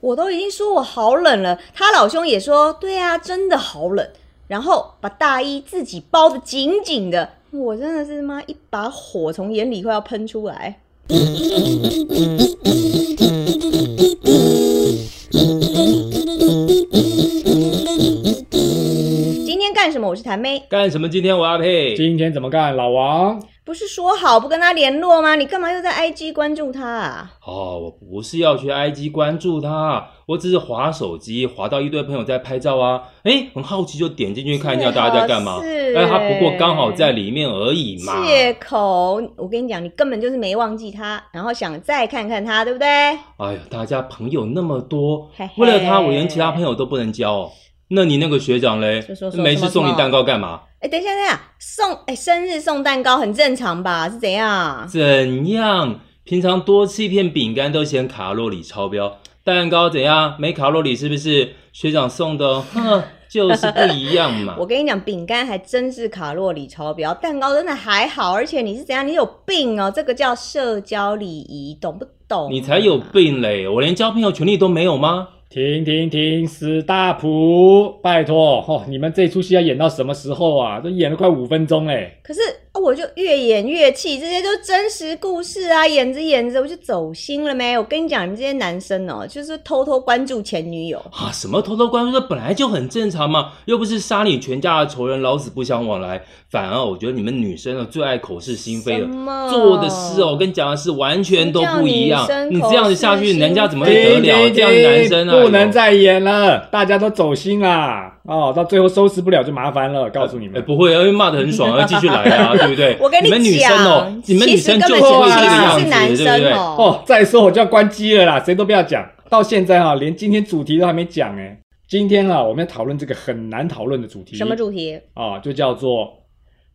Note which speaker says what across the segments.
Speaker 1: 我都已经说我好冷了，他老兄也说对啊，真的好冷。然后把大衣自己包的紧紧的，我真的是妈一把火从眼里快要喷出来。今天干什么？我是谭妹，
Speaker 2: 干什么？今天我要配。
Speaker 3: 今天怎么干，老王？
Speaker 1: 不是说好不跟他联络吗？你干嘛又在 IG 关注他啊？
Speaker 2: 哦，我不是要去 IG 关注他，我只是划手机，划到一堆朋友在拍照啊，哎，很好奇就点进去看一下大家在干嘛。
Speaker 1: 是
Speaker 2: 哎，他不过刚好在里面而已嘛。
Speaker 1: 借口，我跟你讲，你根本就是没忘记他，然后想再看看他，对不对？
Speaker 2: 哎呀，大家朋友那么多
Speaker 1: 嘿嘿，
Speaker 2: 为了他我连其他朋友都不能交哦。那你那个学长嘞
Speaker 1: 说说，说
Speaker 2: 没
Speaker 1: 什
Speaker 2: 事
Speaker 1: 么
Speaker 2: 送
Speaker 1: 什
Speaker 2: 你
Speaker 1: 么
Speaker 2: 蛋糕干嘛？
Speaker 1: 哎，等一下，等一下，送哎生日送蛋糕很正常吧？是怎样？。
Speaker 2: 怎样？平常多吃一片饼干都嫌卡路里超标，蛋糕怎样？没卡路里是不是？学长送的哦，哼，就是不一样嘛
Speaker 1: 我跟你讲，饼干还真是卡路里超标，蛋糕真的还好，而且你是怎样？你有病哦，这个叫社交礼仪，懂不懂？啊
Speaker 2: 你才有！病嘞！我连交朋友权利都没有吗？
Speaker 3: 停停停！死大谱！拜托，哦，你们这出戏要演到什么时候啊？都演了快五分钟哎嘞！
Speaker 1: 可是啊我就越演越气，这些都是真实故事啊，演着演着我就走心了没？我跟你讲，你们这些男生哦，就是偷偷关注前女友。
Speaker 2: 啊，什么偷偷关注，这本来就很正常嘛，又不是杀你全家的仇人，老死不相往来。反而我觉得你们女生呢，最爱口是心非
Speaker 1: 什
Speaker 2: 了。
Speaker 1: 么
Speaker 2: 做的事哦，跟讲的事完全都不一样
Speaker 1: 什啊么叫女。生
Speaker 2: 你这样子下
Speaker 1: 口
Speaker 2: 去，
Speaker 1: 是心
Speaker 2: 人家怎么
Speaker 1: 非
Speaker 2: 会得了？
Speaker 3: 停停
Speaker 2: 这样的男生啊，
Speaker 3: 不能
Speaker 2: 有
Speaker 3: 再演了，大家都走心啦！哦，到最后收拾不了就麻烦了，告诉你
Speaker 2: 哎，
Speaker 3: 们。
Speaker 2: 不会啊，因为骂的很爽，要继续来啊，对不对？
Speaker 1: 我跟
Speaker 2: 你们女
Speaker 1: 讲，
Speaker 2: 生哦，你们女生
Speaker 1: 其实
Speaker 2: 就是
Speaker 1: 根
Speaker 2: 会
Speaker 1: 本
Speaker 2: 这
Speaker 1: 就
Speaker 2: 个
Speaker 1: 是
Speaker 2: 样
Speaker 1: 是
Speaker 2: 子，
Speaker 1: 男
Speaker 2: 对不
Speaker 1: 生
Speaker 2: 对？
Speaker 1: 哦。
Speaker 3: 哦，再说我就要关机了啦，谁都不要讲。到现在哈、连今天主题都还没讲哎、今天啊，我们要讨论这个很难讨论的主题。
Speaker 1: 什么主题？
Speaker 3: 啊、就叫做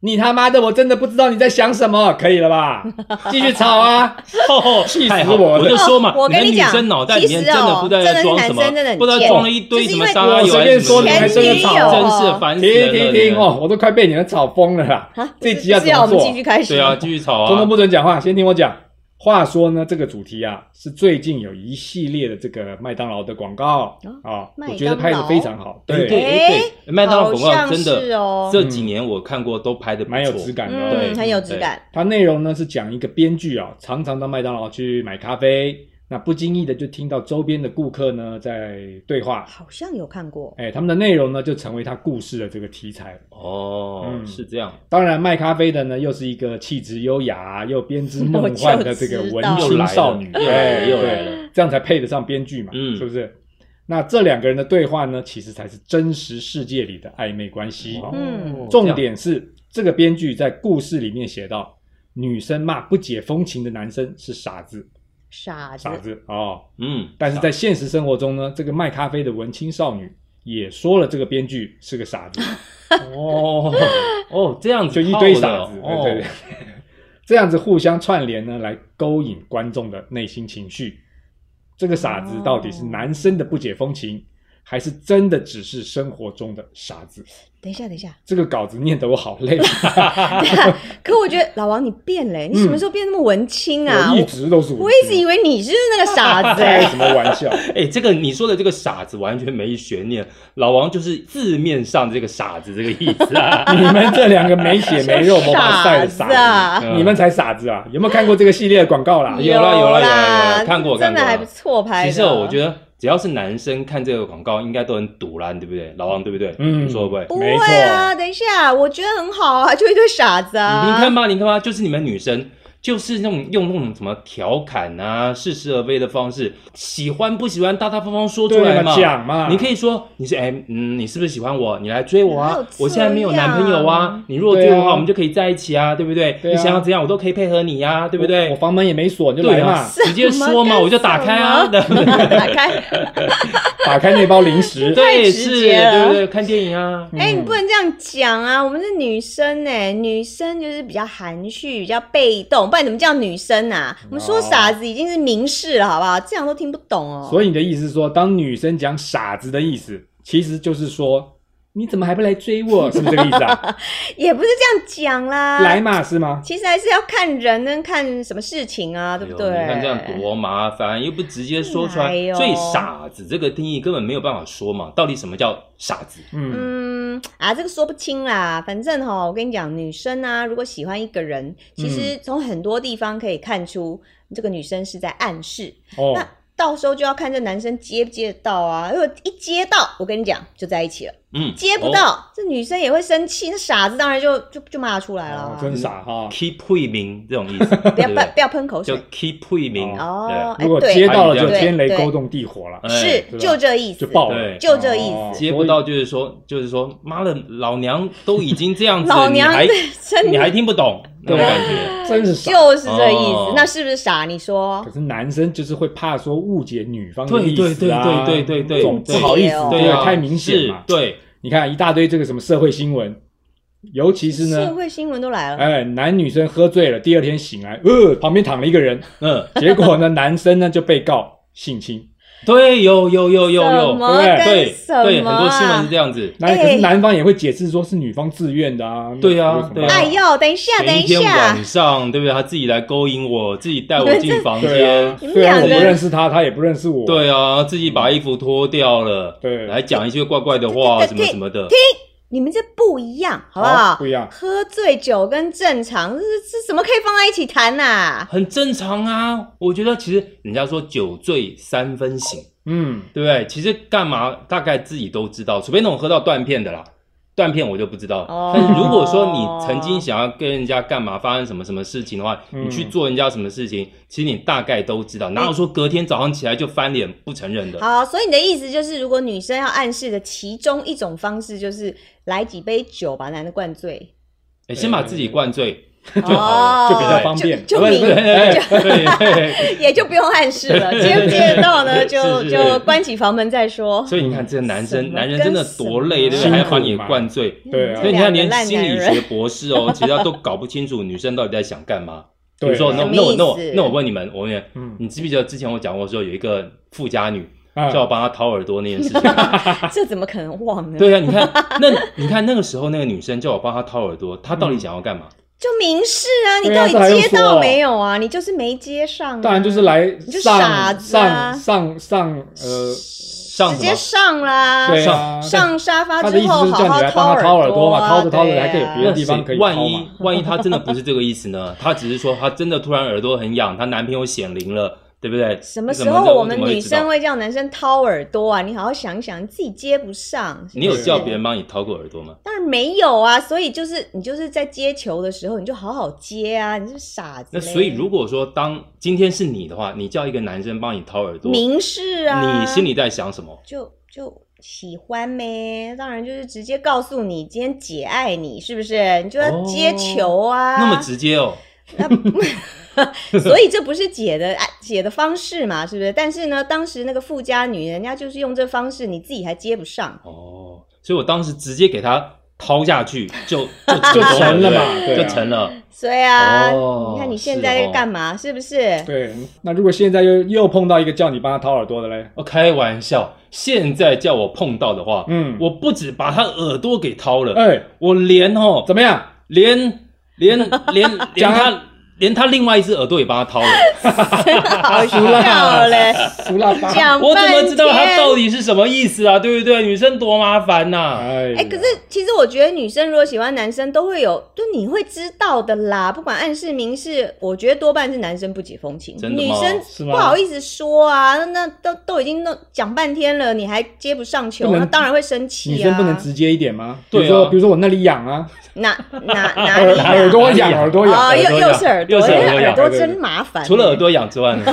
Speaker 3: 你他妈的，我真的不知道你在想什么，可以了吧？继续吵啊！
Speaker 2: 哦，
Speaker 3: 气死
Speaker 2: 太好
Speaker 3: 我了
Speaker 2: 我就说嘛，
Speaker 1: 哦我跟
Speaker 2: 们
Speaker 1: 你
Speaker 2: 女
Speaker 1: 讲
Speaker 2: 生脑袋里
Speaker 1: 其
Speaker 2: 面
Speaker 1: 实
Speaker 2: 真
Speaker 1: 哦
Speaker 2: 的不知道在装什么
Speaker 1: 真的是男生真的，很
Speaker 2: 不知道装了一堆什么沙拉油还是什么
Speaker 3: 就是因为我随便说你还真的吵
Speaker 2: 真是烦死
Speaker 3: 停
Speaker 2: 人了。
Speaker 3: 停
Speaker 2: 对
Speaker 3: 停哦，我都快被你们吵疯了啦！
Speaker 1: 啊，
Speaker 3: 这集要
Speaker 1: 是
Speaker 3: 怎
Speaker 1: 要
Speaker 3: 么
Speaker 1: 我们
Speaker 3: 做？
Speaker 1: 继续开始？
Speaker 2: 对啊，，继续吵
Speaker 3: 通
Speaker 2: 啊。
Speaker 3: 通不准讲话，先听我讲。话说呢，这个主题啊，是最近有一系列的这个麦当劳的广告
Speaker 1: 哦
Speaker 3: 啊，
Speaker 1: 麦当劳
Speaker 3: 我觉得拍的非常好，
Speaker 2: 对
Speaker 3: 对，
Speaker 1: 哎
Speaker 2: 对对，麦当劳广
Speaker 1: 好
Speaker 2: 告
Speaker 1: 像
Speaker 2: 真
Speaker 1: 是
Speaker 2: 的
Speaker 1: 哦，
Speaker 2: 这几年我看过都拍的不
Speaker 3: 蛮有质
Speaker 2: 错。
Speaker 3: 感的哦。
Speaker 1: 嗯，
Speaker 2: 对
Speaker 1: 很有质感。
Speaker 3: 它内容呢是讲一个编剧啊，常常到麦当劳去买咖啡，那不经意的就听到周边的顾客呢在对话，
Speaker 1: 好像有看过，
Speaker 3: 哎，他们的内容呢就成为他故事的这个题材。
Speaker 2: 哦，
Speaker 3: 嗯
Speaker 2: 是这样，
Speaker 3: 当然，卖咖啡的呢又是一个气质优雅又编织梦幻的这个文
Speaker 2: 又来
Speaker 3: 青少 女，
Speaker 2: 了又来了
Speaker 3: 哎
Speaker 2: 又来 了
Speaker 3: 对这样才配得上编剧嘛，
Speaker 2: 嗯
Speaker 3: 是不是？那这两个人的对话呢，其实才是真实世界里的暧昧关系。
Speaker 1: 嗯
Speaker 2: 哦
Speaker 3: 重点是，这个编剧在故事里面写到，女生骂不解风情的男生是傻
Speaker 2: 嗯
Speaker 3: 子，
Speaker 1: 傻子
Speaker 3: 傻子哦。
Speaker 2: 这样嗯，
Speaker 3: 但是在现实生活中呢，这个卖咖啡的文青少女也说了，这个编剧是个傻子。
Speaker 2: 哦哦，这样子
Speaker 3: 就一堆
Speaker 2: 套的
Speaker 3: 傻子，
Speaker 2: 哦
Speaker 3: 对对对， 这样子互相串联呢，来勾引观众的内心情绪。这个傻
Speaker 2: 哦
Speaker 3: 子到底是男生的不解风情，还是真的只是生活中的傻子？
Speaker 1: 等一下，等一 下，
Speaker 3: 这个稿子念得我好累，
Speaker 1: 可我觉得老王你变了，欸你什
Speaker 2: 嗯
Speaker 1: 么时候变那么文青啊？
Speaker 3: 我一
Speaker 1: 我
Speaker 3: 直都是
Speaker 1: 我一直以
Speaker 3: 为
Speaker 1: 为你就是那个 傻子
Speaker 3: 开
Speaker 1: 哎。
Speaker 3: 什么玩笑？
Speaker 2: 哎、这个你说的这个傻子完全没悬念，老王就是字面上的这个傻子这个意思啊。
Speaker 3: 你们这两个没血没肉、
Speaker 1: 傻子啊
Speaker 3: 模仿赛的傻子，
Speaker 2: 嗯
Speaker 3: 你们才傻子啊！有没有看过这个系列的广告啦？
Speaker 2: 有啦有啦有啦有
Speaker 1: 啦，
Speaker 2: 啦看过
Speaker 1: 真
Speaker 2: 看
Speaker 1: 的
Speaker 2: 过
Speaker 1: 还不错拍
Speaker 2: 其
Speaker 3: 啊
Speaker 1: 的。
Speaker 2: 实哦我觉得只要是男生看这个广告，应该都很堵啦，对不对？老王对不对？
Speaker 3: 嗯
Speaker 2: 你说会不会？
Speaker 1: 不
Speaker 3: 没
Speaker 1: 会
Speaker 3: 错
Speaker 1: 啊，等一下，我觉得很好啊，就一堆傻子啊。
Speaker 2: 你看吧，你看吧，就是你们女生。就是那种用那种什么调侃啊、似是而非的方式，喜欢不喜欢，大大方方说出
Speaker 3: 对
Speaker 2: 来
Speaker 3: 嘛，
Speaker 2: 嘛。
Speaker 3: 讲嘛，
Speaker 2: 你可以说你是哎、嗯，你是不是喜欢我？你来追我
Speaker 1: 哪有
Speaker 2: 啊
Speaker 1: 这！
Speaker 2: 我现在没有男朋友
Speaker 1: 样
Speaker 2: 啊，你如果追我的话，
Speaker 3: 对啊
Speaker 2: 我们就可以在一起啊，对不对？
Speaker 3: 对啊
Speaker 2: 你想要怎样，我都可以配合你呀、对不
Speaker 3: 我
Speaker 2: 对？
Speaker 3: 房门也没锁，你就
Speaker 2: 对
Speaker 3: 来嘛
Speaker 2: 啊，，直接说嘛，我就打开啊，对
Speaker 1: 打开。
Speaker 3: 打开那包零食。
Speaker 2: 对啊
Speaker 1: 直
Speaker 2: 是，
Speaker 1: 接了
Speaker 2: 对不对？看电影啊，
Speaker 1: 哎、你不能这样讲啊！我们是女生哎、女生就是比较含蓄、比较被动，不然怎么叫女生啊？我们说傻子已经是明示了，好不好？这样都听不懂哦。
Speaker 3: 所以你的意思是说，当女生讲“傻子”的意思，其实就是说你怎么还不来追 我？是不是这个意思啊？
Speaker 1: 也不是这样讲啦。
Speaker 3: 来，嘛是吗？
Speaker 1: 其实还是要看人跟看什么事情啊，对不对？
Speaker 2: 哎呦你看这样多麻烦，又不直接说出来
Speaker 1: 哎，呦
Speaker 2: 所以傻子这个定义根本没有办法说嘛。到底什么叫傻子？
Speaker 3: 嗯，
Speaker 1: 嗯啊，这个说不清啦。反正哈，我跟你讲，女生啊，如果喜欢一个人，其
Speaker 2: 嗯
Speaker 1: 实从很多地方可以看出这个女生是在暗示。
Speaker 3: 哦，
Speaker 1: 那到时候就要看这男生接不接得到啊。如果一接到，我跟你讲，就在一起了；
Speaker 2: 嗯，
Speaker 1: 接不到，这女生也会生气，那傻子当然就就就骂出来了、
Speaker 3: 哦
Speaker 1: 啊。
Speaker 3: 真傻哈
Speaker 2: 哦。keep 会名这种意思，对
Speaker 1: 不要不要不
Speaker 2: 不对？
Speaker 1: 要喷口
Speaker 2: 叫
Speaker 1: 水
Speaker 2: keep 会名，
Speaker 1: 哦。哎
Speaker 3: 如果
Speaker 1: 对
Speaker 3: 接到了，就
Speaker 2: 对
Speaker 3: 天雷
Speaker 1: 对
Speaker 3: 勾动地火了，
Speaker 2: 哎
Speaker 3: 对吧
Speaker 1: 是就这意思，
Speaker 3: 就爆了，
Speaker 2: 对
Speaker 1: 就这意思
Speaker 3: 哦
Speaker 2: 接不到就是说，就是说，妈的，老娘都已经这样子，
Speaker 1: 老娘
Speaker 2: 你还
Speaker 1: 真
Speaker 2: 你
Speaker 1: 的
Speaker 2: 还听不懂那种
Speaker 3: 对
Speaker 2: 感觉，
Speaker 3: 真是傻。
Speaker 1: 就是这意思
Speaker 2: 哦。
Speaker 1: 那是不是傻？你说
Speaker 3: 可是男生就是会怕说误解女方的
Speaker 2: 对
Speaker 3: 意思啊，
Speaker 2: 对对对对对
Speaker 3: 总不
Speaker 2: 对
Speaker 3: 好意思，
Speaker 1: 哦
Speaker 2: 对
Speaker 3: 对
Speaker 2: 啊，
Speaker 3: 太明显
Speaker 2: 是
Speaker 3: 嘛。
Speaker 2: 对，
Speaker 3: 你看一大堆这个什么社会新闻，尤其是
Speaker 1: 社
Speaker 3: 呢，
Speaker 1: 会新闻都来了，
Speaker 3: 哎，男女生喝醉了，第二天醒来，呃，旁边躺了一个人，
Speaker 2: 嗯，
Speaker 3: 结果呢，男生呢就被告性侵，
Speaker 2: 对，有有有有
Speaker 1: 什
Speaker 2: 有，
Speaker 1: 么
Speaker 3: 对
Speaker 1: 跟
Speaker 2: 对
Speaker 1: 什么啊？
Speaker 2: 对，很多新闻是这样子，
Speaker 3: 那
Speaker 1: 哎
Speaker 3: 可是男方也会解释说是女方自愿的啊。
Speaker 2: 对啊
Speaker 3: 为什么
Speaker 2: 对啊
Speaker 1: 哎呦，等一下，等
Speaker 2: 前一
Speaker 1: 一
Speaker 2: 天
Speaker 1: 下
Speaker 2: 晚，上，对不对？他自己来勾引我，自己带我进房
Speaker 3: 对
Speaker 2: 间
Speaker 3: 啊，，
Speaker 1: 哎你们
Speaker 3: 虽然我
Speaker 1: 两
Speaker 3: 不
Speaker 1: 个人
Speaker 3: 认识他，他也不认识我。
Speaker 2: 对啊，自己把衣服脱掉了，
Speaker 3: 对
Speaker 2: 来讲一些怪怪的话，
Speaker 1: 对对对
Speaker 2: 什么什么的，
Speaker 1: 你们这不一样，好不
Speaker 3: 好
Speaker 2: 哦
Speaker 1: 好？
Speaker 3: 不一样
Speaker 1: 喝醉酒跟正常，这这怎么可以放在一起谈呐、
Speaker 2: 很正常啊。我觉得其实人家说酒醉三分醒，
Speaker 3: 嗯，
Speaker 2: 对不对？其实干嘛大概自己都知道，除非那种喝到断片的啦，断片我就不知道了。
Speaker 1: 哦
Speaker 2: 但是如果说你曾经想要跟人家干嘛，发生什么什么事情的话，
Speaker 3: 嗯
Speaker 2: 你去做人家什么事情，其实你大概都知
Speaker 1: 哎
Speaker 2: 道。哪有说隔天早上起来就翻脸不承认的？
Speaker 1: 好，所以你的意思就是，如果女生要暗示的其中一种方式，就是来几杯酒把男的灌醉，
Speaker 2: 哎先把自己灌醉，
Speaker 1: 哦，
Speaker 3: 就比较方便
Speaker 1: 就就
Speaker 3: 不是
Speaker 1: 明
Speaker 3: 不是
Speaker 2: 对对对。
Speaker 1: 也就不用暗示 了，接不接得到呢，就是
Speaker 2: 是
Speaker 1: 就关起房门再说。
Speaker 2: 所以你看，这个男
Speaker 1: 什
Speaker 2: 生，
Speaker 1: 么
Speaker 2: 男人真的多累，对
Speaker 1: 跟
Speaker 2: 不
Speaker 1: 什
Speaker 2: 对？
Speaker 1: 么
Speaker 2: 还要把你灌醉。
Speaker 3: 对啊
Speaker 2: 所以你看，连
Speaker 1: 两个
Speaker 2: 心理
Speaker 1: 烂男
Speaker 2: 学
Speaker 1: 人
Speaker 2: 博士哦，其实他都搞不清楚女生到底在想干嘛。比
Speaker 3: 对啊。
Speaker 2: 如说，那
Speaker 1: 什么
Speaker 2: 那我那
Speaker 1: 意
Speaker 2: 我
Speaker 1: 思
Speaker 2: 那我问你们，我问你们，
Speaker 3: 嗯
Speaker 2: 你记不记得之前我讲过说有一个富家女
Speaker 1: 嗯
Speaker 3: 啊
Speaker 2: 叫我帮她掏耳朵那件事情？
Speaker 1: 这怎么可能忘呢？
Speaker 2: 对啊，你看那你看那个时候那个女生叫我帮她掏耳朵，她到底想要干嘛？
Speaker 1: 就明示啊，你
Speaker 3: 对
Speaker 1: 到
Speaker 3: 啊这还
Speaker 1: 底
Speaker 3: 用
Speaker 1: 接
Speaker 3: 说
Speaker 1: 到
Speaker 3: 哦
Speaker 1: 没有啊？你就是没接上、啊，
Speaker 3: 当然就是来
Speaker 1: 你就
Speaker 3: 上
Speaker 1: 傻子啊
Speaker 3: 上上上呃，
Speaker 2: 上
Speaker 1: 直
Speaker 2: 什么
Speaker 1: 接？上啦，
Speaker 3: 对啊
Speaker 2: 上，
Speaker 1: 上沙发
Speaker 3: 他的
Speaker 1: 之
Speaker 3: 意思
Speaker 1: 后
Speaker 3: 就
Speaker 1: 好
Speaker 3: 是叫
Speaker 1: 好
Speaker 3: 你来帮他掏耳朵
Speaker 1: 朵
Speaker 3: 嘛，
Speaker 1: 啊
Speaker 3: 掏着掏着
Speaker 1: 对
Speaker 3: 还可以
Speaker 1: 啊
Speaker 3: 别的地方可以
Speaker 2: 万
Speaker 3: 掏
Speaker 2: 一
Speaker 3: 嘛
Speaker 2: 万一她真的不是这个意思 呢？她只是说她真的突然耳朵很痒，她男朋友显灵了，对不对？
Speaker 1: 什么
Speaker 2: 你怎
Speaker 1: 时候
Speaker 2: 知道
Speaker 1: 我
Speaker 2: 怎
Speaker 1: 们
Speaker 2: 么
Speaker 1: 女
Speaker 2: 知道
Speaker 1: 生会叫男生掏耳朵啊？你好好想一想，你自己接不上。
Speaker 2: 你有叫别
Speaker 1: 人？
Speaker 2: 人帮你掏过耳朵吗？
Speaker 1: 当然没有啊，所以就是你就是在接球的时候，你就好好接啊，你是傻子嘞。
Speaker 2: 那所以如果说当今天是你的话，你叫一个男生帮你掏耳朵，
Speaker 1: 明示啊，
Speaker 2: 你心里在想什么？
Speaker 1: 就就喜欢呗，当然就是直接告诉你今天姐爱你，是不是？你就要接球啊，
Speaker 2: 哦那么直接哦，
Speaker 1: 所以这不是解的哎解的方式嘛，是不是？但是呢，当时那个富家女，人家就是用这方式，你自己还接不上，
Speaker 2: 哦，所以我当时直接给他掏下去，就 就
Speaker 3: 就
Speaker 2: 功
Speaker 3: 成了
Speaker 2: 对
Speaker 3: 嘛
Speaker 2: 不
Speaker 3: 对
Speaker 2: 对
Speaker 3: 啊
Speaker 2: 就成了。
Speaker 1: 所以啊，
Speaker 2: 哦
Speaker 1: 你看你现在在干嘛？是不是？
Speaker 3: 对，那如果现在又又碰到一个叫你帮他掏耳朵的嘞，
Speaker 2: 我哦开玩笑，现在叫我碰到的话，
Speaker 3: 嗯，
Speaker 2: 我不止把他耳朵给掏了，
Speaker 3: 哎
Speaker 2: 我连哦，
Speaker 3: 怎么样？
Speaker 2: 连 连连连
Speaker 3: 讲啊
Speaker 2: 他连他另外一只耳朵也帮他 掏了，哎
Speaker 1: 好笑嘞，
Speaker 3: 胡辣八，
Speaker 1: 讲
Speaker 2: 我怎么
Speaker 1: 半
Speaker 2: 知道他
Speaker 1: 天
Speaker 2: 到底是什么意思啊？对不对？女生多麻烦呐、
Speaker 3: 哎呀
Speaker 1: 哎、可是其实我觉得女生如果喜欢男生，都会有，就你会知道的啦，不管暗示明示，我觉得多半是男生不解风情，
Speaker 2: 真的
Speaker 1: 女
Speaker 2: 吗
Speaker 3: 是
Speaker 1: 生
Speaker 3: 吗
Speaker 1: 不好意思说啊，那那都都已经弄讲半天了，你还接不上球，
Speaker 3: 不能
Speaker 1: 那当然会生气啊。
Speaker 3: 女生不能直接一点吗？
Speaker 2: 对啊
Speaker 3: 比如说比如说我那里痒啊，
Speaker 1: 哪哪 哪
Speaker 3: 耳
Speaker 1: 里
Speaker 2: 哪
Speaker 3: 耳朵痒，
Speaker 2: 哪里痒
Speaker 3: 耳朵
Speaker 1: 哦，
Speaker 3: 痒，
Speaker 1: 又
Speaker 2: 痒
Speaker 1: 又是耳朵，
Speaker 2: 又是
Speaker 1: 因为
Speaker 2: 耳朵痒
Speaker 1: 耳朵
Speaker 3: 对对
Speaker 1: 真
Speaker 3: 对
Speaker 1: 麻烦，
Speaker 2: 除了耳朵痒之 外呢？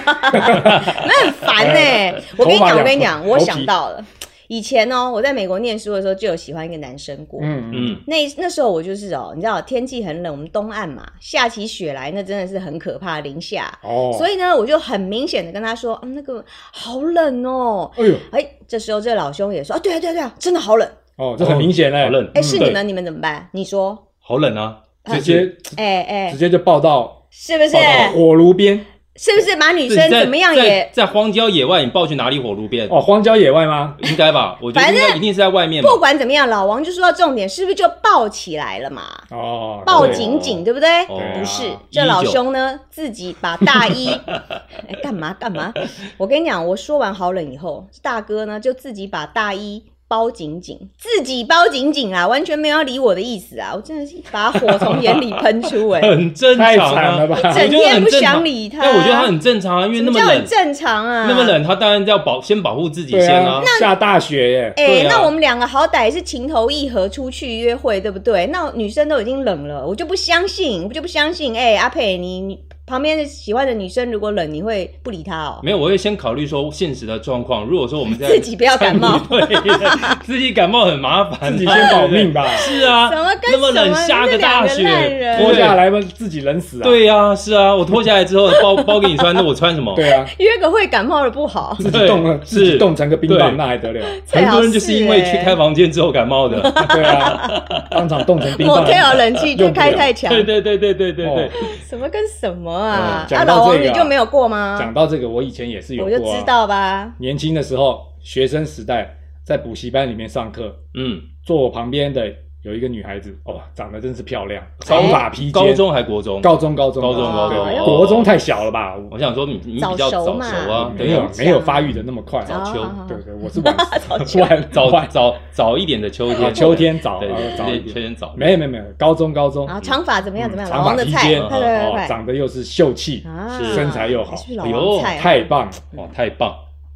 Speaker 1: 那很烦呢、我跟你
Speaker 3: 哎头
Speaker 1: 讲，我
Speaker 3: 发痒
Speaker 1: 跟你讲，
Speaker 3: 头
Speaker 1: 我
Speaker 3: 头皮
Speaker 1: 想到了，以前哦，我在美国念书的时候就有喜欢一个男生过，
Speaker 3: 嗯嗯，
Speaker 2: 嗯，
Speaker 1: 那那时候我就是哦，你知道天气很冷，我们东岸嘛，下起雪来，那真的是很可怕，零下。
Speaker 3: 哦，
Speaker 1: 所
Speaker 3: 以
Speaker 1: 以呢，我就很明显的跟他说，嗯，那个好冷哦。
Speaker 3: 哎呦，
Speaker 1: 哎，这时候这老兄也说，啊，对啊，对啊，对啊，真的好冷。
Speaker 3: 哦，这很明显嘞，
Speaker 2: 好冷
Speaker 1: 哎，
Speaker 3: 嗯
Speaker 1: 是
Speaker 2: 对
Speaker 1: 你们，你们怎么办？你说，
Speaker 2: 好冷啊！
Speaker 3: 直接
Speaker 1: 哎哎
Speaker 3: 直，接就抱到
Speaker 1: 是不是？
Speaker 3: 抱到火炉边，
Speaker 1: 是不是把女
Speaker 2: 自己
Speaker 1: 生
Speaker 2: 在
Speaker 1: 怎么样
Speaker 2: 在
Speaker 1: 也，
Speaker 2: 在荒郊野外，你抱去哪里火炉边？
Speaker 3: 哦，荒郊野外吗？
Speaker 2: 应该吧？我觉得
Speaker 1: 反
Speaker 2: 应
Speaker 1: 正
Speaker 2: 该一定是在外面吧。
Speaker 1: 不管怎么样，老王就说到重点，是不是就抱起来了嘛？
Speaker 3: 哦，
Speaker 1: 抱
Speaker 3: 对
Speaker 1: 紧紧，对不对？
Speaker 2: 哦
Speaker 1: 不是
Speaker 3: 对啊，
Speaker 1: 这老
Speaker 2: 依旧
Speaker 1: 兄呢自己把大 衣，哎干嘛干嘛？我跟你讲，我说完好冷以后，大哥呢就自己把大衣包紧紧，自己包紧紧啦，完全没有要理我的意思啊！我真的是一把火从眼里喷出、哎，
Speaker 2: 很正
Speaker 3: 太
Speaker 2: 常
Speaker 3: 惨了
Speaker 2: 啊。
Speaker 3: 吧？
Speaker 1: 整
Speaker 2: 我觉得
Speaker 1: 天
Speaker 2: 很
Speaker 1: 不
Speaker 2: 正常哎
Speaker 1: 想理他。
Speaker 2: 但我觉得他很正常啊，因为
Speaker 1: 什
Speaker 2: 那
Speaker 1: 么
Speaker 2: 么
Speaker 1: 叫很
Speaker 2: 冷，
Speaker 1: 正常啊？
Speaker 2: 那么。冷，他当然要保先保护自己
Speaker 3: 对
Speaker 2: 先啊
Speaker 3: 啊。，下大雪耶，
Speaker 1: 哎、
Speaker 2: 对啊
Speaker 1: 那我们两个好歹是情投意合出去约会，对不对？那女生都已经冷了，我就不相信，我就不相信。哎、阿佩，你你旁边喜欢的女生如果冷，你会不理她哦？
Speaker 2: 没有，我会先考虑说现实的状况。如果说我们在，
Speaker 1: 自己不要感冒
Speaker 2: 对，自己感冒很麻烦，
Speaker 3: 自己先保命吧，
Speaker 2: 是啊，
Speaker 1: 什么跟
Speaker 2: 那么
Speaker 1: 什
Speaker 2: 冷
Speaker 1: 么
Speaker 2: 下
Speaker 1: 那两
Speaker 2: 大
Speaker 1: 个
Speaker 2: 雪
Speaker 1: 烂，人
Speaker 2: 脱
Speaker 3: 脱
Speaker 2: 下
Speaker 3: 下
Speaker 2: 来。
Speaker 3: 来吧，自己冷死啊。
Speaker 2: 对呀、是啊，我脱下来之后包包给你穿，那我穿什么？
Speaker 3: 对啊，
Speaker 1: 约个会感冒的不好。
Speaker 3: 自己冻了，
Speaker 2: 对
Speaker 3: 自己
Speaker 2: 是
Speaker 3: 冻成个冰
Speaker 2: 对
Speaker 3: 棒，那还得了？
Speaker 2: 很多人就是因为去开房间之后感冒的。
Speaker 3: 对啊，当场冻成冰 棒。
Speaker 1: motel 冷气就开太 强，
Speaker 2: 对对对对对对对
Speaker 3: 哦，
Speaker 1: 什么跟什么啊
Speaker 3: 嗯？
Speaker 1: 啊，
Speaker 3: 讲到
Speaker 1: 老王
Speaker 3: 这个
Speaker 1: 你
Speaker 3: 啊
Speaker 1: 就没有过吗
Speaker 3: 讲？到这个，我以前也是有
Speaker 1: 我
Speaker 3: 过、啊，
Speaker 1: 就知道吧。
Speaker 3: 年轻的时候，学生时代在补习班里面上课，
Speaker 2: 嗯，
Speaker 3: 坐我旁边的有一个女孩子，哦，长得真是漂亮，长发披肩。
Speaker 2: 高中还国中，
Speaker 3: 高中高中
Speaker 2: 高中
Speaker 1: 高中
Speaker 3: 对
Speaker 1: 哦
Speaker 3: 国中太小了吧？
Speaker 2: 我想说你你比较
Speaker 1: 早
Speaker 2: 早
Speaker 1: 熟
Speaker 2: 熟
Speaker 1: 嘛
Speaker 2: 啊，
Speaker 3: 没
Speaker 2: 对
Speaker 3: 有
Speaker 2: 啊，
Speaker 3: 没有发育的那么快，
Speaker 1: 早秋好好好
Speaker 3: 对对，我是晚
Speaker 1: 秋
Speaker 3: 晚
Speaker 2: 早
Speaker 3: 晚
Speaker 2: 早早一点的秋
Speaker 3: 啊
Speaker 2: 天，
Speaker 3: 秋天早
Speaker 2: 对
Speaker 3: 啊
Speaker 2: 对
Speaker 3: 早一
Speaker 2: 对，秋啊嗯
Speaker 3: 点，
Speaker 2: 天早，
Speaker 3: 没有没有没有，高中高中
Speaker 1: 然后啊长发怎么样？怎么样？
Speaker 3: 嗯长
Speaker 1: 老
Speaker 3: 发
Speaker 1: 王的
Speaker 3: 披
Speaker 1: 菜，
Speaker 3: 肩，
Speaker 1: 快快快
Speaker 3: 哦
Speaker 1: 快，快！
Speaker 3: 长得又是秀气，
Speaker 1: 啊
Speaker 2: 是
Speaker 3: 身材又好
Speaker 1: 你是不是老
Speaker 2: 哎呦
Speaker 1: 王菜啊？
Speaker 3: 太棒了。
Speaker 2: 哦，太棒，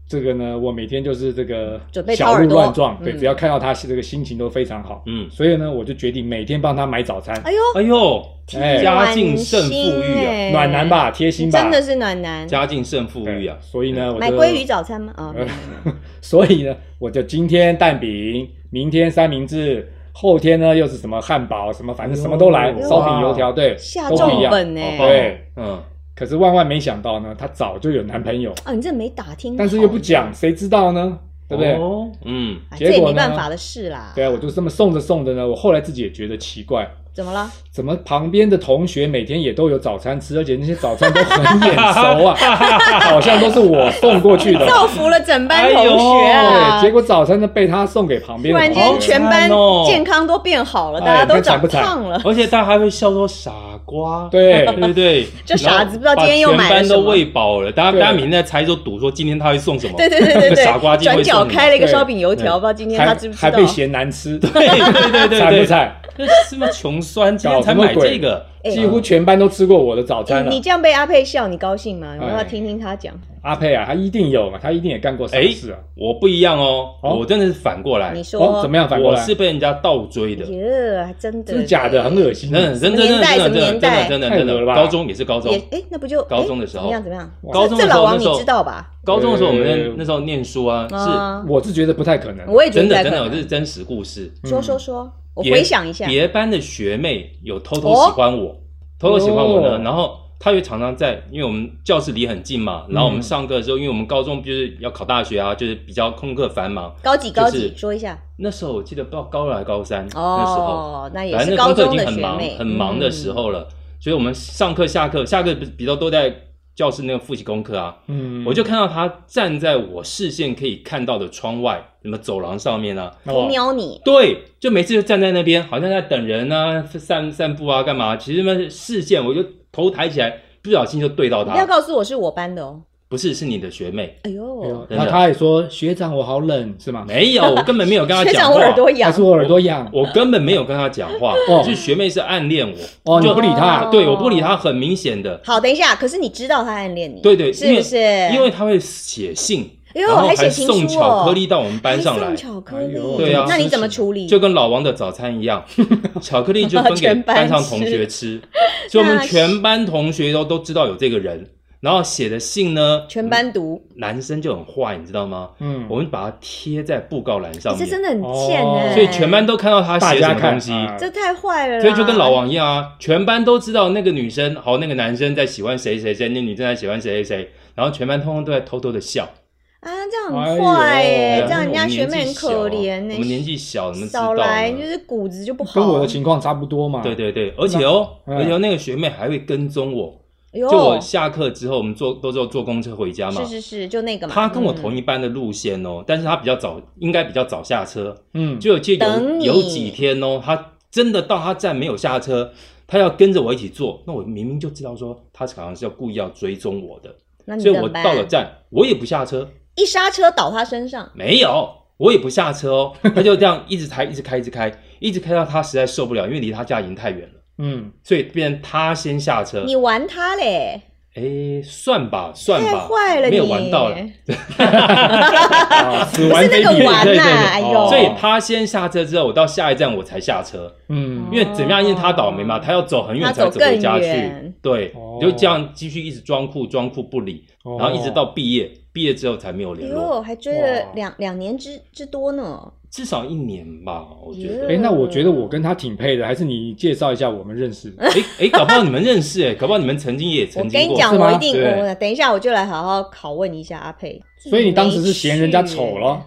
Speaker 3: 这个呢，我每天就是这个
Speaker 1: 嗯准备掏
Speaker 3: 小
Speaker 1: 耳
Speaker 3: 鹿
Speaker 1: 朵
Speaker 3: 乱撞，对，
Speaker 1: 嗯
Speaker 3: 只要看到他是这个心情都非常好，
Speaker 2: 嗯，
Speaker 3: 所以呢，我就决定每天帮他买早餐，
Speaker 1: 哎呦，
Speaker 2: 哎呦，
Speaker 3: 哎
Speaker 2: 家境胜富裕啊，
Speaker 1: 哎
Speaker 3: 暖男，吧，贴心吧，
Speaker 1: 真的是暖男。
Speaker 2: 家境胜富
Speaker 3: 对
Speaker 2: 裕啊，
Speaker 3: 所以呢，我
Speaker 1: 买
Speaker 3: 就
Speaker 1: 鲑鱼早餐吗？啊、没有
Speaker 3: 呃所以呢， 我就今天蛋饼，明天三明治，后天呢又是什么汉堡，什么反正什么都来，
Speaker 2: 哎
Speaker 1: 呦
Speaker 3: 烧饼油条，对
Speaker 1: 下，
Speaker 3: 都不一
Speaker 1: 重
Speaker 3: 样。
Speaker 1: 本呢、
Speaker 2: 好棒
Speaker 1: 啊、
Speaker 3: 对，
Speaker 2: 嗯，
Speaker 3: 可是万万没想到呢，她早就有男朋友，
Speaker 1: 哦你这没打听好，
Speaker 3: 但是又不讲，谁知道呢？对不对？
Speaker 2: 哦嗯，
Speaker 1: 哎，
Speaker 3: 结
Speaker 1: 这也
Speaker 3: 果
Speaker 1: 没
Speaker 3: 呢
Speaker 1: 办法的事啦。
Speaker 3: 对啊，我就这么送着送着呢，我后来自己也觉得奇怪，
Speaker 1: 怎么了？
Speaker 3: 怎么旁边的同学每天也都有早餐吃，而且那些早餐都很眼熟啊，好像都是我送过去 的。哎
Speaker 1: 造福了整班同学啊！
Speaker 3: 对，结果早餐呢被他送给旁边
Speaker 1: 突
Speaker 3: 的
Speaker 1: 然间
Speaker 3: 同学，
Speaker 1: 全班
Speaker 2: 好惨哦
Speaker 1: 健康都变好了，
Speaker 3: 哎
Speaker 1: 大家都长
Speaker 3: 你看惨不哦
Speaker 1: 胖了。
Speaker 2: 而且大家还会笑说傻瓜，
Speaker 3: 对
Speaker 2: 对不对？
Speaker 1: 这傻子不知道今天又买了
Speaker 2: 把全班
Speaker 1: 什
Speaker 2: 都
Speaker 1: 么
Speaker 2: 喂饱了，大家
Speaker 3: 对
Speaker 2: 大家每天在猜就赌说今天他会送什么，
Speaker 1: 对对对对
Speaker 2: 那个傻瓜
Speaker 1: 对，
Speaker 2: 机会
Speaker 1: 转角
Speaker 2: 送你
Speaker 1: 开了一个
Speaker 3: 对
Speaker 1: 烧饼油条，
Speaker 2: 对
Speaker 1: 不知道今天
Speaker 3: 还
Speaker 1: 他知不知道？
Speaker 3: 还被嫌难吃，
Speaker 2: 对 对对 对
Speaker 3: 惨不
Speaker 2: 对，
Speaker 3: 惨？
Speaker 2: 这什么穷酸，今
Speaker 3: 搞
Speaker 2: 天才
Speaker 3: 什么
Speaker 2: 买
Speaker 3: 鬼
Speaker 2: 这个，
Speaker 1: 哎
Speaker 3: 几乎全班都吃过我的早餐了啊
Speaker 1: 你你。这样被阿佩笑，你高兴吗？我要
Speaker 3: 哎
Speaker 1: 听听他讲。
Speaker 3: 阿佩啊，他一定有嘛，他一定也干过
Speaker 2: 哎
Speaker 3: 傻事啊。
Speaker 2: 我不一样哦，
Speaker 3: 哦
Speaker 2: 我真的是反过来
Speaker 1: 你，说、
Speaker 3: 哦，怎么样？反过
Speaker 2: 我
Speaker 3: 来，
Speaker 2: 是被人家倒追的。
Speaker 1: 耶，还真的
Speaker 3: 真的假的？很恶心
Speaker 2: 真。的，真的，
Speaker 1: 什么
Speaker 2: 真
Speaker 1: 年
Speaker 2: 的，
Speaker 1: 代
Speaker 2: 真的，真的，
Speaker 1: 什
Speaker 2: 真的，
Speaker 3: 年代
Speaker 2: 真
Speaker 3: 太恶了
Speaker 2: 的，
Speaker 3: 吧
Speaker 2: 高中也是高中
Speaker 1: 也，哎，那不就
Speaker 2: 高中的
Speaker 1: 哎
Speaker 2: 时候
Speaker 1: 怎么样怎么样？
Speaker 3: 哇
Speaker 2: 高中的
Speaker 1: 这
Speaker 2: 时
Speaker 1: 老
Speaker 2: 候
Speaker 1: 王
Speaker 2: 那
Speaker 1: 你
Speaker 2: 时候
Speaker 1: 知道吧？
Speaker 2: 高中的时候我们
Speaker 3: 呃
Speaker 2: 那那时候念书啊，是
Speaker 1: 啊，
Speaker 3: 我是觉得不太可能。
Speaker 1: 我也觉
Speaker 2: 真
Speaker 1: 得
Speaker 2: 的，
Speaker 1: 不太
Speaker 2: 真
Speaker 1: 可
Speaker 2: 的，我
Speaker 1: 能
Speaker 2: 这是真实故事。
Speaker 1: 说说说，我
Speaker 2: 别
Speaker 1: 回想一下，哦
Speaker 2: 别班的学妹有偷偷喜欢我，偷偷喜欢我呢
Speaker 3: 哦。
Speaker 2: 然后她也常常在，因为我们教室离很近嘛，然后我们
Speaker 3: 嗯
Speaker 2: 上课的时候，因为我们高中就是要考大学啊，就是比较功课繁忙。
Speaker 1: 高几高几
Speaker 2: 就是
Speaker 1: 说一下
Speaker 2: 那时候我记得不知道高二还高三那时候，
Speaker 1: 哦，那也
Speaker 2: 反
Speaker 1: 是
Speaker 2: 正
Speaker 1: 高
Speaker 2: 那功课
Speaker 1: 中
Speaker 2: 已
Speaker 1: 的
Speaker 2: 经很
Speaker 1: 学
Speaker 2: 忙
Speaker 1: 妹，嗯
Speaker 2: 很忙的时候了，所以我们上课下课下课比比较都在教室那个复习功课啊。
Speaker 3: 嗯
Speaker 2: 我就看到她站在我视线可以看到的窗外，什么走廊上面啊，
Speaker 1: 不瞄你，
Speaker 2: 对，就每次就站在那边，好像在等人啊，散散步啊，干嘛？其实呢，视线我就头抬起来，不小心就对到
Speaker 1: 你不要
Speaker 2: 她。
Speaker 1: 告诉我是我班的哦。
Speaker 2: 不是，是你的学妹。
Speaker 1: 哎
Speaker 3: 哎呦
Speaker 1: 呦，
Speaker 2: 真的
Speaker 3: 那他也说学长我好冷是吗？，
Speaker 2: 没有，我根本没有跟她
Speaker 1: 学
Speaker 2: 讲
Speaker 1: 长我
Speaker 2: 话
Speaker 1: 耳。朵
Speaker 3: 他
Speaker 1: 痒，
Speaker 3: 说我耳朵痒。
Speaker 2: 我根本没有跟她讲话，
Speaker 3: 哦
Speaker 2: 是学妹是暗恋我。
Speaker 3: 哦，你
Speaker 2: 就
Speaker 3: 不理他
Speaker 1: 哦，
Speaker 2: 对，我不理她，很明显的，
Speaker 1: 好，等一下，可是你知道他暗恋你，
Speaker 2: 对对
Speaker 1: 是不是？
Speaker 2: 因为她会写信，
Speaker 1: 哎呦
Speaker 2: 然后
Speaker 1: 还写情书哦
Speaker 2: 送巧克力到我们班上
Speaker 1: 还
Speaker 2: 来
Speaker 1: 送，巧克
Speaker 3: 哎
Speaker 1: 力
Speaker 3: 呦，
Speaker 2: 对啊
Speaker 1: 那你怎么处理？
Speaker 2: 就跟老王的早餐一样， 巧克力就分给
Speaker 1: 全班
Speaker 2: 班上同学 吃，所以我们全班同学都都知道有这个人。然后写的信呢，
Speaker 1: 全班读，
Speaker 2: 男生就很坏，你知道吗？
Speaker 3: 嗯
Speaker 2: 我，们把它贴在布告栏上
Speaker 1: 你这
Speaker 2: 面，
Speaker 1: 真的很贱
Speaker 3: 哦
Speaker 1: 哎，
Speaker 2: 所以全班都看到他
Speaker 3: 大
Speaker 2: 写什
Speaker 3: 家
Speaker 2: 么
Speaker 3: 看
Speaker 2: 东西。
Speaker 3: 啊
Speaker 1: 这太坏了啦，
Speaker 2: 所以就跟老王一样啊，全班都知道那个女生，好，那个男生在喜欢谁谁谁，那女生在喜欢谁谁谁，然后全班通通都在偷偷的笑。
Speaker 1: 啊，这样很坏
Speaker 3: 哎
Speaker 1: 耶，
Speaker 3: 呦
Speaker 1: 这样人家
Speaker 2: 我们
Speaker 1: 学
Speaker 2: 年纪
Speaker 1: 妹很可
Speaker 2: 小啊
Speaker 1: 怜呢。
Speaker 2: 我们年纪小，怎么知
Speaker 1: 少
Speaker 2: 道呢
Speaker 1: 来，就是骨子就不好。
Speaker 3: 跟我的情况差不多嘛。
Speaker 2: 对对对，而且哦，
Speaker 3: 啊嗯
Speaker 2: 而且哦，那个学妹还会跟踪我，
Speaker 1: 哎呦
Speaker 2: 就我下课之后，我们坐都是坐公车回家嘛。
Speaker 1: 是是是，就那个嘛。
Speaker 2: 他跟我同
Speaker 1: 嗯、
Speaker 2: 一班的路线哦，但是他比较早，应该比较早下车。
Speaker 3: 嗯，
Speaker 2: 就有记得
Speaker 1: 等
Speaker 2: 有
Speaker 1: 你
Speaker 2: 有几天哦，他真的到他站没有下车，他要跟着我一起坐。那我明明就知道说他好像是要故意要追踪我的，
Speaker 1: 那你
Speaker 2: 所
Speaker 1: 怎
Speaker 2: 以我
Speaker 1: 么办？
Speaker 2: 到了站我也不下车，
Speaker 1: 一刹车倒他身上，
Speaker 2: 没有，我也不下车哦， 他就这样一直开，一直开，一直开，一直开到他实在受不了，因为离他家已经太远了，
Speaker 3: 嗯，
Speaker 2: 所以变成他先下车。
Speaker 1: 你玩他嘞，
Speaker 2: 哎，算吧，算
Speaker 1: 太
Speaker 2: 吧，
Speaker 1: 坏了你，哎
Speaker 2: 没有玩到了。
Speaker 3: 啊死
Speaker 1: 不
Speaker 3: 完
Speaker 1: 是那
Speaker 3: baby，
Speaker 1: 个玩
Speaker 2: 对对
Speaker 1: 呐、
Speaker 2: 对
Speaker 1: 哎
Speaker 3: 哦
Speaker 1: 呦，
Speaker 2: 所以他先下车之后，我到下一站我才下车。
Speaker 3: 嗯
Speaker 2: 因为怎么样？因为他倒霉嘛，
Speaker 1: 哦
Speaker 2: 他要走很远
Speaker 1: 他
Speaker 2: 才
Speaker 1: 走
Speaker 2: 走回家
Speaker 1: 更
Speaker 2: 去
Speaker 1: 远。
Speaker 2: 对，
Speaker 3: 哦
Speaker 2: 你就这样继续一直装酷，装酷不理，
Speaker 3: 然
Speaker 1: 哦
Speaker 2: 然后一直到毕业，毕业之后才没有
Speaker 1: 哎
Speaker 2: 联络，
Speaker 1: 呦，还追了
Speaker 3: 哇
Speaker 1: 两两年之之多呢。
Speaker 2: 至少一年吧，我觉
Speaker 1: 哟
Speaker 2: 得。
Speaker 3: 哎，那我觉得我跟他挺配的，还是你介绍一下我们认识？
Speaker 2: 哎哎，搞不好你们认识哎，搞不好你们曾经也
Speaker 1: 我
Speaker 2: 曾
Speaker 1: 跟
Speaker 2: 经
Speaker 1: 你
Speaker 2: 过。
Speaker 1: 讲，
Speaker 3: 是吗
Speaker 1: 我一定，
Speaker 2: 对
Speaker 1: 我等一下我就来好好拷问一下阿佩。
Speaker 3: 所以你当时是嫌人家丑
Speaker 1: 了？
Speaker 3: 咯，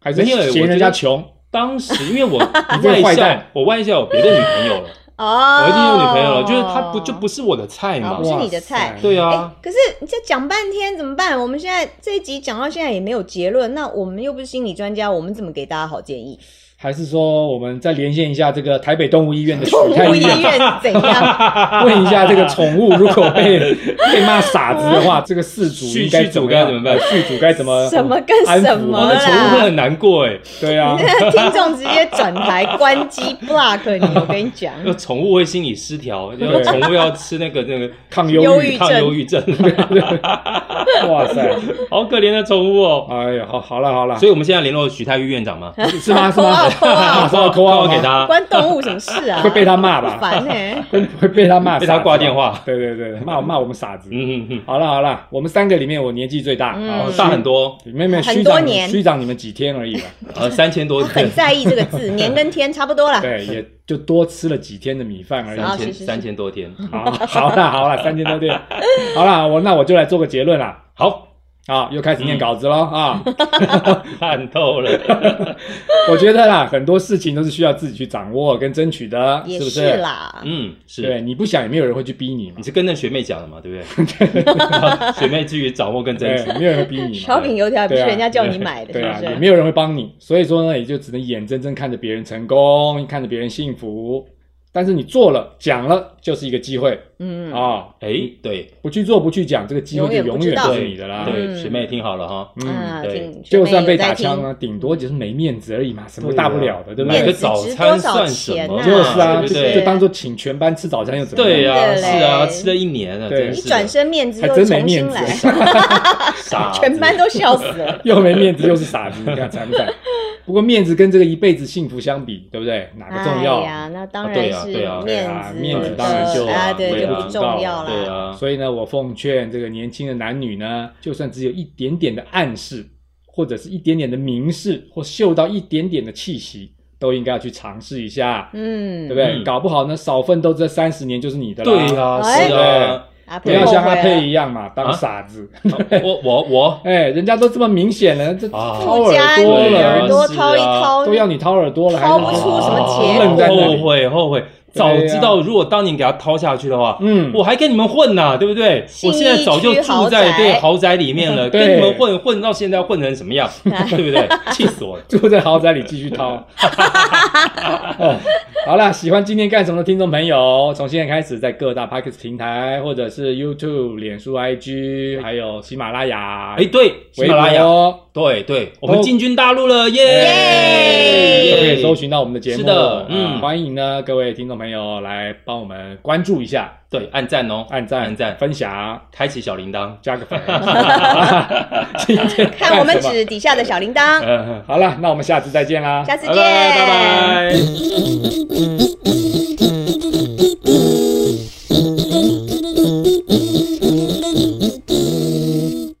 Speaker 3: 还是
Speaker 2: 没有
Speaker 1: 欸
Speaker 2: 我
Speaker 3: 嫌人
Speaker 2: 觉
Speaker 3: 家
Speaker 2: 得
Speaker 3: 穷？
Speaker 2: 当时因 为我
Speaker 3: 这个
Speaker 2: 外
Speaker 3: 坏
Speaker 2: 校
Speaker 3: 蛋，
Speaker 2: 我外校有别的女朋友了，
Speaker 1: 哦，
Speaker 2: 我已经有女朋友了，就是她不就不是我的菜
Speaker 1: 哦
Speaker 2: 嘛
Speaker 1: 不。是
Speaker 3: 哇
Speaker 1: 你的菜
Speaker 3: 塞
Speaker 2: 对
Speaker 1: 哎、
Speaker 2: 啊，
Speaker 1: 可是你这讲半天怎么办？我们现在这一集讲到现在也没有结论，那我们又不是心理专家，我们怎么给大家好建议？
Speaker 3: 还是说我们再连线一下这个台北动物医院的许
Speaker 1: 动
Speaker 3: 太
Speaker 1: 物
Speaker 3: 医
Speaker 1: 医
Speaker 3: 院，
Speaker 1: 院怎样？
Speaker 3: 问一下这个宠物如果被 被骂傻子的话，这个事主
Speaker 2: 续
Speaker 3: 应该
Speaker 2: 续主
Speaker 3: 么
Speaker 2: 该
Speaker 3: 样
Speaker 2: 怎么办？
Speaker 3: 剧组该怎么
Speaker 1: 什么跟
Speaker 3: 安抚
Speaker 1: 什么
Speaker 2: 我
Speaker 1: 啦
Speaker 2: 的宠物会很难过
Speaker 1: 嗯
Speaker 2: 哎，
Speaker 3: 对啊，
Speaker 1: 听众直接转台关机 block 你，我跟你讲，
Speaker 2: 那宠物会心理失 调，然后
Speaker 3: 对
Speaker 2: 宠物要吃那个那个
Speaker 3: 抗
Speaker 1: 忧
Speaker 3: 忧
Speaker 1: 郁
Speaker 3: 郁，
Speaker 2: 抗
Speaker 1: 症
Speaker 2: 忧郁症，
Speaker 3: 哇 塞，
Speaker 2: 好可怜的宠物哦。
Speaker 3: 哎呀，好好了好了，
Speaker 2: 所以我们现在联络许太玉院长 吗？
Speaker 3: 是吗是
Speaker 1: 扣
Speaker 3: 吗
Speaker 1: 二？扣二，
Speaker 3: 扣
Speaker 2: 扣号
Speaker 3: 号
Speaker 2: 给他，
Speaker 1: 关动物什么事啊？
Speaker 3: 会被他骂吧？
Speaker 1: 烦欸呢、
Speaker 3: 会会被他骂傻
Speaker 2: 被
Speaker 3: 子
Speaker 2: 他
Speaker 3: 吧，
Speaker 2: 挂电话。
Speaker 3: 对对对，骂我骂我们傻子。
Speaker 2: 嗯嗯嗯，
Speaker 3: 好了好了，我们三个里面我年纪最大，
Speaker 1: 嗯
Speaker 3: 啊
Speaker 2: 哦大很。多，
Speaker 3: 虚没有没有，
Speaker 1: 很
Speaker 3: 虚
Speaker 1: 多
Speaker 3: 长你
Speaker 1: 年
Speaker 3: 虚长你们几天而已了，
Speaker 2: 呃，三千多
Speaker 1: 我 很
Speaker 2: 天，
Speaker 1: 在意这个字，年跟天差不多啦。
Speaker 3: 对，啊也就多吃了几天的米饭而已。
Speaker 2: 三
Speaker 1: 好
Speaker 2: 千
Speaker 1: 是是是
Speaker 2: 三千多天。
Speaker 3: 好，好啦，好啦，三千 多天，好啦，我那我就来做个结论啦。
Speaker 2: 好，
Speaker 3: 啊，又开始念稿子喽、
Speaker 1: 嗯
Speaker 3: 啊！
Speaker 2: 看透 了。
Speaker 3: 我觉得啦，很多事情都是需要自己去掌握跟争取的，
Speaker 1: 也
Speaker 3: 不
Speaker 1: 是啦，
Speaker 2: 嗯，
Speaker 3: 对，
Speaker 2: 是。
Speaker 3: 你不想也没有人会去逼你嘛
Speaker 2: 你，是跟那学妹讲的嘛，对不 对？学妹至于掌握更真
Speaker 3: 对
Speaker 2: 实，，
Speaker 3: 没有人会逼你嘛，
Speaker 1: 烧饼油条也不是
Speaker 3: 对啊
Speaker 1: 人家叫你买的，
Speaker 3: 对啊，
Speaker 1: 是
Speaker 3: 也
Speaker 1: 不
Speaker 3: 没
Speaker 1: 是？
Speaker 3: 有人会帮你，所以说呢，也就只能眼睁睁看着别人成功，看着别人幸福，但是你做了讲了就是一个机会啊、
Speaker 1: 嗯，
Speaker 2: 哎，对
Speaker 3: 不去做不去讲，这个机会就
Speaker 1: 永远
Speaker 3: 永
Speaker 1: 不知
Speaker 3: 远
Speaker 1: 道
Speaker 3: 不是
Speaker 2: 对
Speaker 3: 你的啦，
Speaker 2: 对，
Speaker 1: 嗯
Speaker 2: 学妹听好了哈，
Speaker 3: 嗯。
Speaker 1: 啊，
Speaker 2: 对
Speaker 1: 听
Speaker 3: 就
Speaker 1: 学妹
Speaker 3: 算被
Speaker 1: 有在
Speaker 3: 打枪
Speaker 1: 听嗯
Speaker 3: 啊，顶多就是没面子而已嘛，什么
Speaker 2: 对啊
Speaker 3: 大不了的，对不
Speaker 2: 买
Speaker 1: 面
Speaker 2: 个
Speaker 3: 对？
Speaker 1: 子
Speaker 2: 早
Speaker 1: 值
Speaker 2: 餐
Speaker 1: 多少
Speaker 2: 算什
Speaker 1: 钱
Speaker 2: 么嘛？
Speaker 1: 啊
Speaker 3: 就是啊，
Speaker 2: 对
Speaker 3: 就
Speaker 2: 不
Speaker 1: 是
Speaker 3: 就
Speaker 2: 对？
Speaker 3: 当做请全班吃早餐又怎么样？
Speaker 2: 对呀，
Speaker 1: 真的嘞
Speaker 2: 是啊，吃了一年了，
Speaker 3: 对
Speaker 2: 真
Speaker 1: 一
Speaker 2: 是
Speaker 1: 转身面子
Speaker 3: 还
Speaker 1: 又
Speaker 3: 真没
Speaker 1: 重
Speaker 3: 面
Speaker 1: 新
Speaker 3: 子
Speaker 1: 来，，
Speaker 2: 傻子，
Speaker 1: 全班都笑死了。
Speaker 3: 又没面子又是傻子，你看惨不惨？不过面子跟这个一辈子幸福相比，对不对？哪个重要？
Speaker 1: 哎呀，那当
Speaker 2: 啊对
Speaker 1: 然
Speaker 2: 啊
Speaker 1: 是
Speaker 2: 对啊
Speaker 3: 对
Speaker 1: 面
Speaker 3: 啊
Speaker 1: 子，
Speaker 3: 面
Speaker 2: 子当然就
Speaker 1: 啊，对，
Speaker 2: 对
Speaker 1: 就
Speaker 2: 啊
Speaker 1: 不重要
Speaker 2: 对
Speaker 1: 啦。
Speaker 2: 啊，
Speaker 3: 所以呢，我奉劝这个年轻的男女呢，就算只有一点点的暗示，或者是一点点的明示，或嗅到一点点的气息，都应该要去尝试一下，
Speaker 1: 嗯，
Speaker 3: 对不对？
Speaker 2: 嗯
Speaker 3: 搞不好呢，少奋斗这三十年就是你的
Speaker 2: 对
Speaker 3: 啦。
Speaker 2: 呀，
Speaker 1: 哎
Speaker 2: 是啊，
Speaker 1: 啊，
Speaker 3: 不要像阿
Speaker 1: 后悔了
Speaker 3: 佩一样嘛，当傻子。
Speaker 2: 我我我，
Speaker 3: 哎，人家都这么明显了，这
Speaker 2: 啊
Speaker 3: 掏
Speaker 1: 附加
Speaker 3: 耳
Speaker 1: 你
Speaker 3: 朵
Speaker 2: 对啊
Speaker 1: 耳
Speaker 3: 了，
Speaker 1: 朵掏一
Speaker 2: 是啊
Speaker 1: 掏，
Speaker 3: 都要你掏耳朵了，还
Speaker 1: 掏
Speaker 3: 是
Speaker 1: 不
Speaker 3: 你
Speaker 1: 出什么
Speaker 2: 啊
Speaker 1: 结
Speaker 3: 愣在那
Speaker 2: 后
Speaker 3: 里。
Speaker 2: 悔后悔，早知道如果当年给他掏下去的话，
Speaker 3: 嗯，
Speaker 2: 我还跟你们混呐、对不对？
Speaker 1: 信
Speaker 2: 我
Speaker 1: 义
Speaker 2: 现在早就
Speaker 1: 区
Speaker 2: 住
Speaker 1: 豪
Speaker 2: 在
Speaker 1: 宅
Speaker 2: 对豪宅里面了，跟
Speaker 3: 对
Speaker 2: 你们混混到现在混成什 么样，对不对？气死我了！
Speaker 3: 住在豪宅里继 续掏。哦好啦，喜欢今天干什么的听众朋友，从现在开始在各大 p o d c a s t 平台，或者是 YouTube、脸书、IG，还有喜马拉雅、
Speaker 2: 哎，对，喜
Speaker 3: 微
Speaker 2: 马
Speaker 3: 博
Speaker 2: 拉雅，对对，我们
Speaker 3: 都
Speaker 2: 进军大陆了，耶！
Speaker 1: 耶
Speaker 3: 都可以
Speaker 2: 耶
Speaker 3: 搜寻到我们的节目。
Speaker 2: 是的
Speaker 3: 啊
Speaker 2: 嗯
Speaker 3: 欢迎呢各位听众朋友来帮我们关注一下，
Speaker 2: 对，按赞哦，
Speaker 3: 按赞、
Speaker 2: 按赞，
Speaker 3: 分享、
Speaker 2: 开启小铃铛。
Speaker 3: 加个 粉。今天
Speaker 1: 看我们
Speaker 3: 干什么
Speaker 1: 指底下的小铃铛，
Speaker 2: 嗯，
Speaker 3: 好了，那我们下次再见啦，
Speaker 1: 下次
Speaker 2: 拜
Speaker 1: 见，
Speaker 2: 拜拜拜。